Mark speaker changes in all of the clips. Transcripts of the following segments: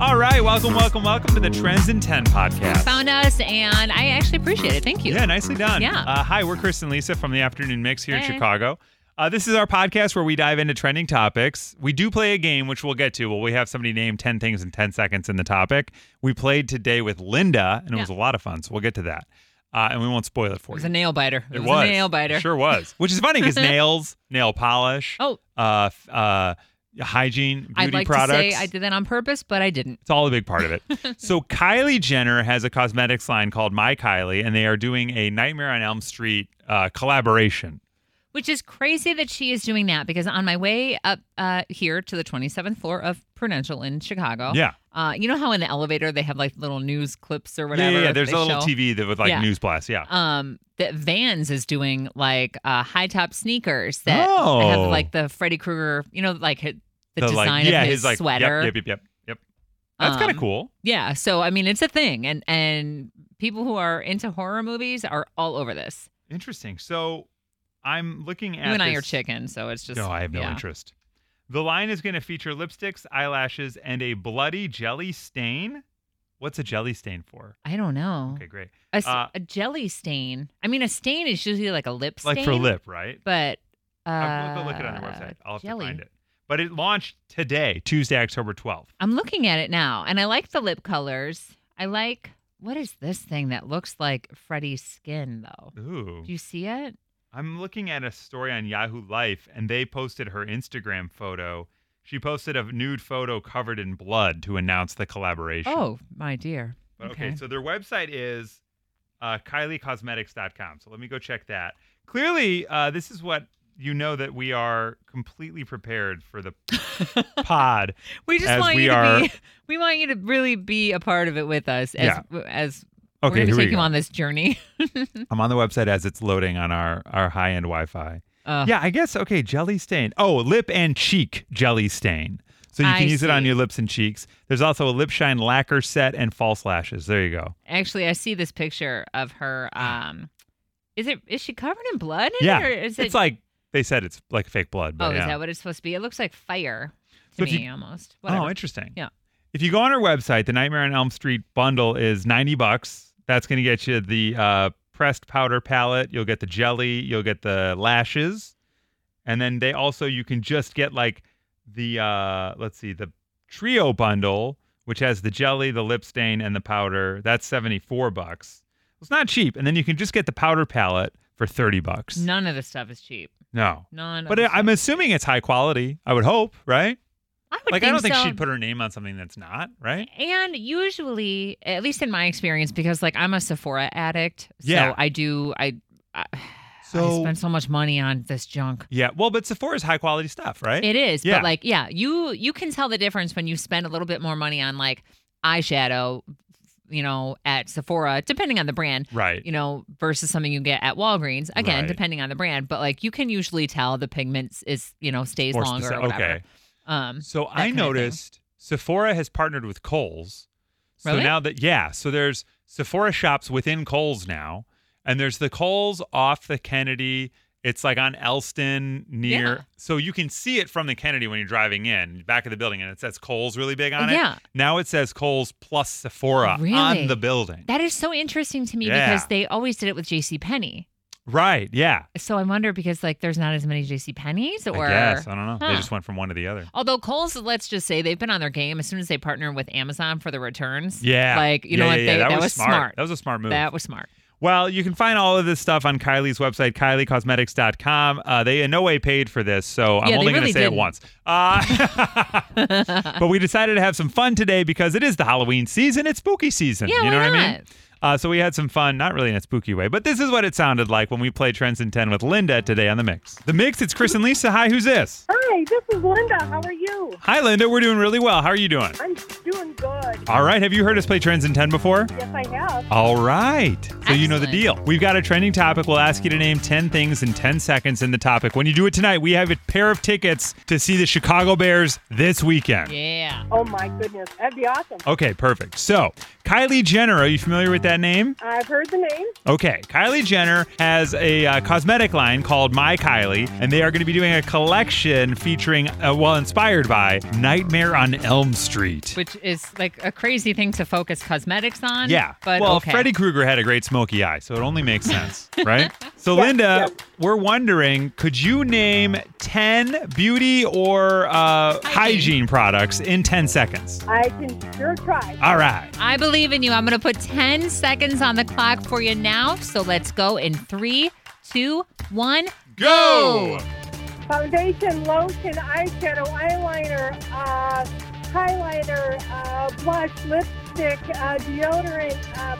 Speaker 1: All right, welcome, welcome, welcome to the Trends in 10 podcast.
Speaker 2: Found us, and I actually appreciate it. Thank you.
Speaker 1: Yeah, nicely done.
Speaker 2: Yeah.
Speaker 1: Uh, hi, we're Chris and Lisa from the Afternoon Mix here in
Speaker 2: Hey.
Speaker 1: Chicago. Uh, this is our podcast where we dive into trending topics. We do play a game, which we'll get to. Well, we have somebody name 10 things in 10 seconds in the topic. We played today with Linda, and it
Speaker 2: Yeah.
Speaker 1: was a lot of fun, so we'll get to that. Uh, and we won't spoil it
Speaker 2: It
Speaker 1: for
Speaker 2: was
Speaker 1: you.
Speaker 2: a nail biter. It,
Speaker 1: It
Speaker 2: was, a nail biter.
Speaker 1: Sure was. Which is funny because nails, nail polish,
Speaker 2: Oh,
Speaker 1: uh, f- uh, hygiene, beauty
Speaker 2: I'd like
Speaker 1: products.
Speaker 2: to say I did that on purpose, but I didn't.
Speaker 1: It's all a big part of it. so Kylie Jenner has a cosmetics line called My Kylie, and they are doing a Nightmare on Elm Street uh, collaboration.
Speaker 2: Which is crazy that she is doing that because on my way up uh, here to the 27th floor of Prudential in Chicago,
Speaker 1: Yeah.
Speaker 2: uh, you know how in the elevator they have like little news clips or
Speaker 1: yeah,
Speaker 2: whatever.
Speaker 1: yeah, yeah.
Speaker 2: that
Speaker 1: There's
Speaker 2: they
Speaker 1: a little
Speaker 2: show?
Speaker 1: TV that would like
Speaker 2: Yeah.
Speaker 1: news blast. Yeah.
Speaker 2: um that Vans is doing like uh high top sneakers that have
Speaker 1: Oh.
Speaker 2: like the Freddy Krueger, you know, like hi- the,
Speaker 1: So,
Speaker 2: design
Speaker 1: like,
Speaker 2: of
Speaker 1: yeah,
Speaker 2: his,
Speaker 1: like, yep,
Speaker 2: sweater.
Speaker 1: Yep, yep, yep, yep. That's kind of
Speaker 2: Um,
Speaker 1: cool.
Speaker 2: Yeah, so I mean, it's a thing, and and people who are into horror movies are all over this.
Speaker 1: Interesting. So I'm looking at
Speaker 2: you and I
Speaker 1: this-
Speaker 2: are chicken, so it's just
Speaker 1: No, I have no
Speaker 2: yeah.
Speaker 1: interest. The line is going to feature lipsticks, eyelashes, and a bloody jelly stain. What's a jelly stain for?
Speaker 2: I don't know.
Speaker 1: Okay, great.
Speaker 2: A, s-
Speaker 1: uh,
Speaker 2: a jelly stain. I mean, a stain is usually like a lip stain,
Speaker 1: Like for lip, right?
Speaker 2: but uh,
Speaker 1: I'll go look it on their website. I'll have
Speaker 2: jelly.
Speaker 1: to find it. But it launched today, Tuesday, October 12th.
Speaker 2: I'm looking at it now, and I like the lip colors. I like what is this thing that looks like Freddy's skin though?
Speaker 1: Ooh.
Speaker 2: Do you see it?
Speaker 1: I'm looking at a story on Yahoo Life, and they posted her Instagram photo. She posted a nude photo covered in blood to announce the collaboration.
Speaker 2: Oh my dear.
Speaker 1: But okay. so their website is uh, KylieCosmetics.com. So let me go check that. Clearly, uh, this is what you know that we are completely prepared for the pod.
Speaker 2: we just
Speaker 1: as
Speaker 2: want
Speaker 1: we
Speaker 2: you to
Speaker 1: are-
Speaker 2: be. We want you to really be a part of it with us as as
Speaker 1: Okay,
Speaker 2: we're going to
Speaker 1: here we
Speaker 2: take you
Speaker 1: go.
Speaker 2: on this journey.
Speaker 1: I'm on the website as it's loading on our, our high end Wi Fi.
Speaker 2: Uh,
Speaker 1: Yeah, I guess. Okay, jelly stain. Oh, lip and cheek jelly stain. So you can
Speaker 2: I
Speaker 1: use it on
Speaker 2: see.
Speaker 1: your lips and cheeks. There's also a lip shine lacquer set and false lashes. There you go.
Speaker 2: Actually, I see this picture of her. Um, is it is she covered in blood? In
Speaker 1: Yeah,
Speaker 2: It, or is it?
Speaker 1: it's like they said it's like fake blood,
Speaker 2: oh,
Speaker 1: but yeah.
Speaker 2: is that what it's supposed to be? It looks like fire
Speaker 1: So
Speaker 2: to
Speaker 1: if
Speaker 2: me
Speaker 1: you-
Speaker 2: almost.
Speaker 1: oh,
Speaker 2: Whatever.
Speaker 1: interesting.
Speaker 2: Yeah.
Speaker 1: If you go on our website, the Nightmare on Elm Street bundle is 90 bucks. That's going to get you the uh, pressed powder palette. You'll get the jelly. You'll get the lashes, and then they also you can just get like the uh, let's see the trio bundle, which has the jelly, the lip stain, and the powder. That's 74 bucks. It's not cheap, and then you can just get the powder palette for 30 bucks.
Speaker 2: None of this stuff is cheap.
Speaker 1: No.
Speaker 2: None.
Speaker 1: But
Speaker 2: of
Speaker 1: I-
Speaker 2: the
Speaker 1: I'm
Speaker 2: stuff-
Speaker 1: assuming it's high quality. I would hope, right?
Speaker 2: I would
Speaker 1: Like,
Speaker 2: think
Speaker 1: I don't think
Speaker 2: so.
Speaker 1: she'd put her name on something that's not, right?
Speaker 2: And usually, at least in my experience, because like I'm a Sephora addict, so
Speaker 1: Yeah.
Speaker 2: I do I. I I
Speaker 1: So-
Speaker 2: spend so much money on this junk.
Speaker 1: Yeah. Well, but Sephora's high quality stuff, right?
Speaker 2: It is,
Speaker 1: Yeah.
Speaker 2: but like, yeah, you you can tell the difference when you spend a little bit more money on like eyeshadow, you know, at Sephora, depending on the brand,
Speaker 1: right.
Speaker 2: you know, versus something you get at Walgreens. Again,
Speaker 1: Right.
Speaker 2: depending on the brand, but like you can usually tell the pigments is you know stays
Speaker 1: More
Speaker 2: longer.
Speaker 1: speci-
Speaker 2: or whatever.
Speaker 1: okay.
Speaker 2: Um.
Speaker 1: So
Speaker 2: kind
Speaker 1: I
Speaker 2: of thing.
Speaker 1: noticed Sephora has partnered with Kohl's. So
Speaker 2: Really?
Speaker 1: now that yeah, so there's Sephora shops within Kohl's now, and there's the Kohl's off the Kennedy. It's like on Elston near,
Speaker 2: Yeah.
Speaker 1: so you can see it from the Kennedy when you're driving in back of the building, and it says Kohl's really big on it.
Speaker 2: Yeah.
Speaker 1: Now it says Kohl's plus Sephora on
Speaker 2: Really?
Speaker 1: the building.
Speaker 2: That is so interesting to me
Speaker 1: Yeah.
Speaker 2: because they always did it with J.C. Penney.
Speaker 1: right. Yeah.
Speaker 2: So I wonder because like there's not as many JC Penney's or
Speaker 1: I guess I don't know. They
Speaker 2: Huh.
Speaker 1: just went from one to the other.
Speaker 2: although Kohl's, let's just say they've been on their game as soon as they partner with Amazon for the returns.
Speaker 1: Yeah.
Speaker 2: Like, you
Speaker 1: Yeah,
Speaker 2: know what
Speaker 1: yeah, yeah.
Speaker 2: they
Speaker 1: That, was,
Speaker 2: smart.
Speaker 1: That was a smart move.
Speaker 2: That was smart.
Speaker 1: Well, you can find all of this stuff on Kylie's website, KylieCosmetics.com. Uh, they in no way paid for this, so I'm
Speaker 2: Yeah, they
Speaker 1: only going
Speaker 2: really
Speaker 1: to say it
Speaker 2: didn't.
Speaker 1: once. Uh, but we decided to have some fun today because it is the Halloween season. It's spooky season.
Speaker 2: Yeah,
Speaker 1: you know
Speaker 2: why
Speaker 1: what I
Speaker 2: not?
Speaker 1: mean? Uh, so we had some fun, not really in a spooky way, but this is what it sounded like when we played Trends in 10 with Linda today on The Mix. The Mix, it's Chris and Lisa. Hi, who's this?
Speaker 3: Hi, this is Linda. How are you?
Speaker 1: Hi, Linda. We're doing really well. How are you doing?
Speaker 3: I'm doing good.
Speaker 1: All right. Have you heard us play Trends in 10 before?
Speaker 3: Yes, I have. myself.
Speaker 1: All right. So you know the
Speaker 2: Excellent.
Speaker 1: deal. We've got a trending topic. We'll ask you to name 10 things in 10 seconds in the topic. When you do it tonight, we have a pair of tickets to see the Chicago Bears this weekend.
Speaker 2: Yeah.
Speaker 3: Oh my goodness, that'd be awesome.
Speaker 1: Okay, perfect. So, Kylie Jenner, are you familiar with that name?
Speaker 3: I've heard the name.
Speaker 1: Okay, Kylie Jenner has a uh, cosmetic line called My Kylie, and they are going to be doing a collection featuring, uh, well, inspired by Nightmare on Elm Street.
Speaker 2: Which is like a crazy thing to focus cosmetics on.
Speaker 1: Yeah.
Speaker 2: But
Speaker 1: well,
Speaker 2: okay.
Speaker 1: Freddy Krueger had a great smoky eye, so it only makes sense, right? So,
Speaker 3: Yeah,
Speaker 1: Linda,
Speaker 3: yeah.
Speaker 1: we're wondering could you name 10 beauty or uh, hygiene. products in 10 seconds?
Speaker 3: I can sure try.
Speaker 1: All right.
Speaker 2: I believe in you. I'm going to put 10 seconds on the clock for you now. So let's go in three, two, one.
Speaker 1: Go!
Speaker 3: Foundation, lotion, eyeshadow, eyeliner, uh, highlighter, uh, blush, lipstick, uh, deodorant, uh,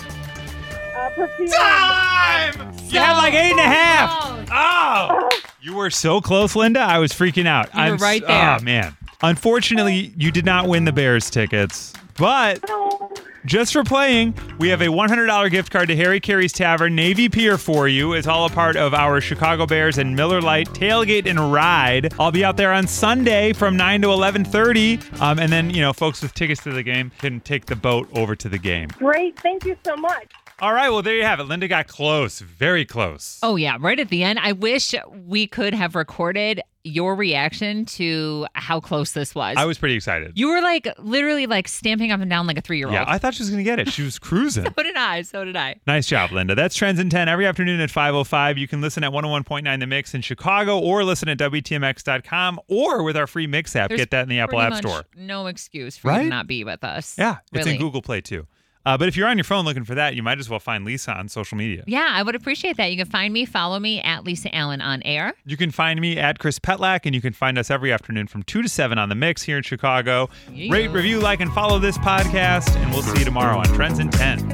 Speaker 3: uh, perfume.
Speaker 1: Ah! Time! You had like eight and a half.
Speaker 2: close.
Speaker 1: Oh! You were so close, Linda. I was freaking out.
Speaker 2: You were
Speaker 1: I'm s-
Speaker 2: right there.
Speaker 1: Oh, man. Unfortunately, you did not win the Bears tickets, but
Speaker 3: Oh,
Speaker 1: Just for playing, we have a $100 gift card to Harry Carey's Tavern Navy Pier for you. It's all a part of our Chicago Bears and Miller Lite tailgate and ride. I'll be out there on Sunday from 9 to 11:30, um, and then you know, folks with tickets to the game can take the boat over to the game.
Speaker 3: great. Thank you so much.
Speaker 1: All right, well there you have it. Linda got close, very close.
Speaker 2: Oh, yeah. Right at the end. I wish we could have recorded your reaction to how close this was.
Speaker 1: I was pretty excited.
Speaker 2: you were like literally like stamping up and down like a three year old.
Speaker 1: yeah, I thought she was gonna get it. She was cruising.
Speaker 2: so did I. So did I.
Speaker 1: Nice job, Linda. That's Trends in 10 every afternoon at 5.05. You can listen at 101.9 The Mix in Chicago or listen at WTMX.com or with our free Mix app.
Speaker 2: There's
Speaker 1: Get that in the Apple
Speaker 2: pretty
Speaker 1: App
Speaker 2: much
Speaker 1: Store.
Speaker 2: No excuse for you
Speaker 1: Right?
Speaker 2: to not be with us.
Speaker 1: Yeah, it's in
Speaker 2: Really.
Speaker 1: Google Play too. Uh, but if you're on your phone looking for that, you might as well find Lisa on social media.
Speaker 2: Yeah, I would appreciate that. You can find me, follow me at Lisa Allen on air.
Speaker 1: You can find me at Chris Petlak, and you can find us every afternoon from 2 to 7 on The Mix here in Chicago.
Speaker 2: Yeah.
Speaker 1: Rate, review, like, and follow this podcast, and we'll see you tomorrow on Trends in 10.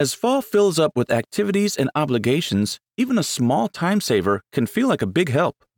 Speaker 4: As fall fills up with activities and obligations, even a small time saver can feel like a big help.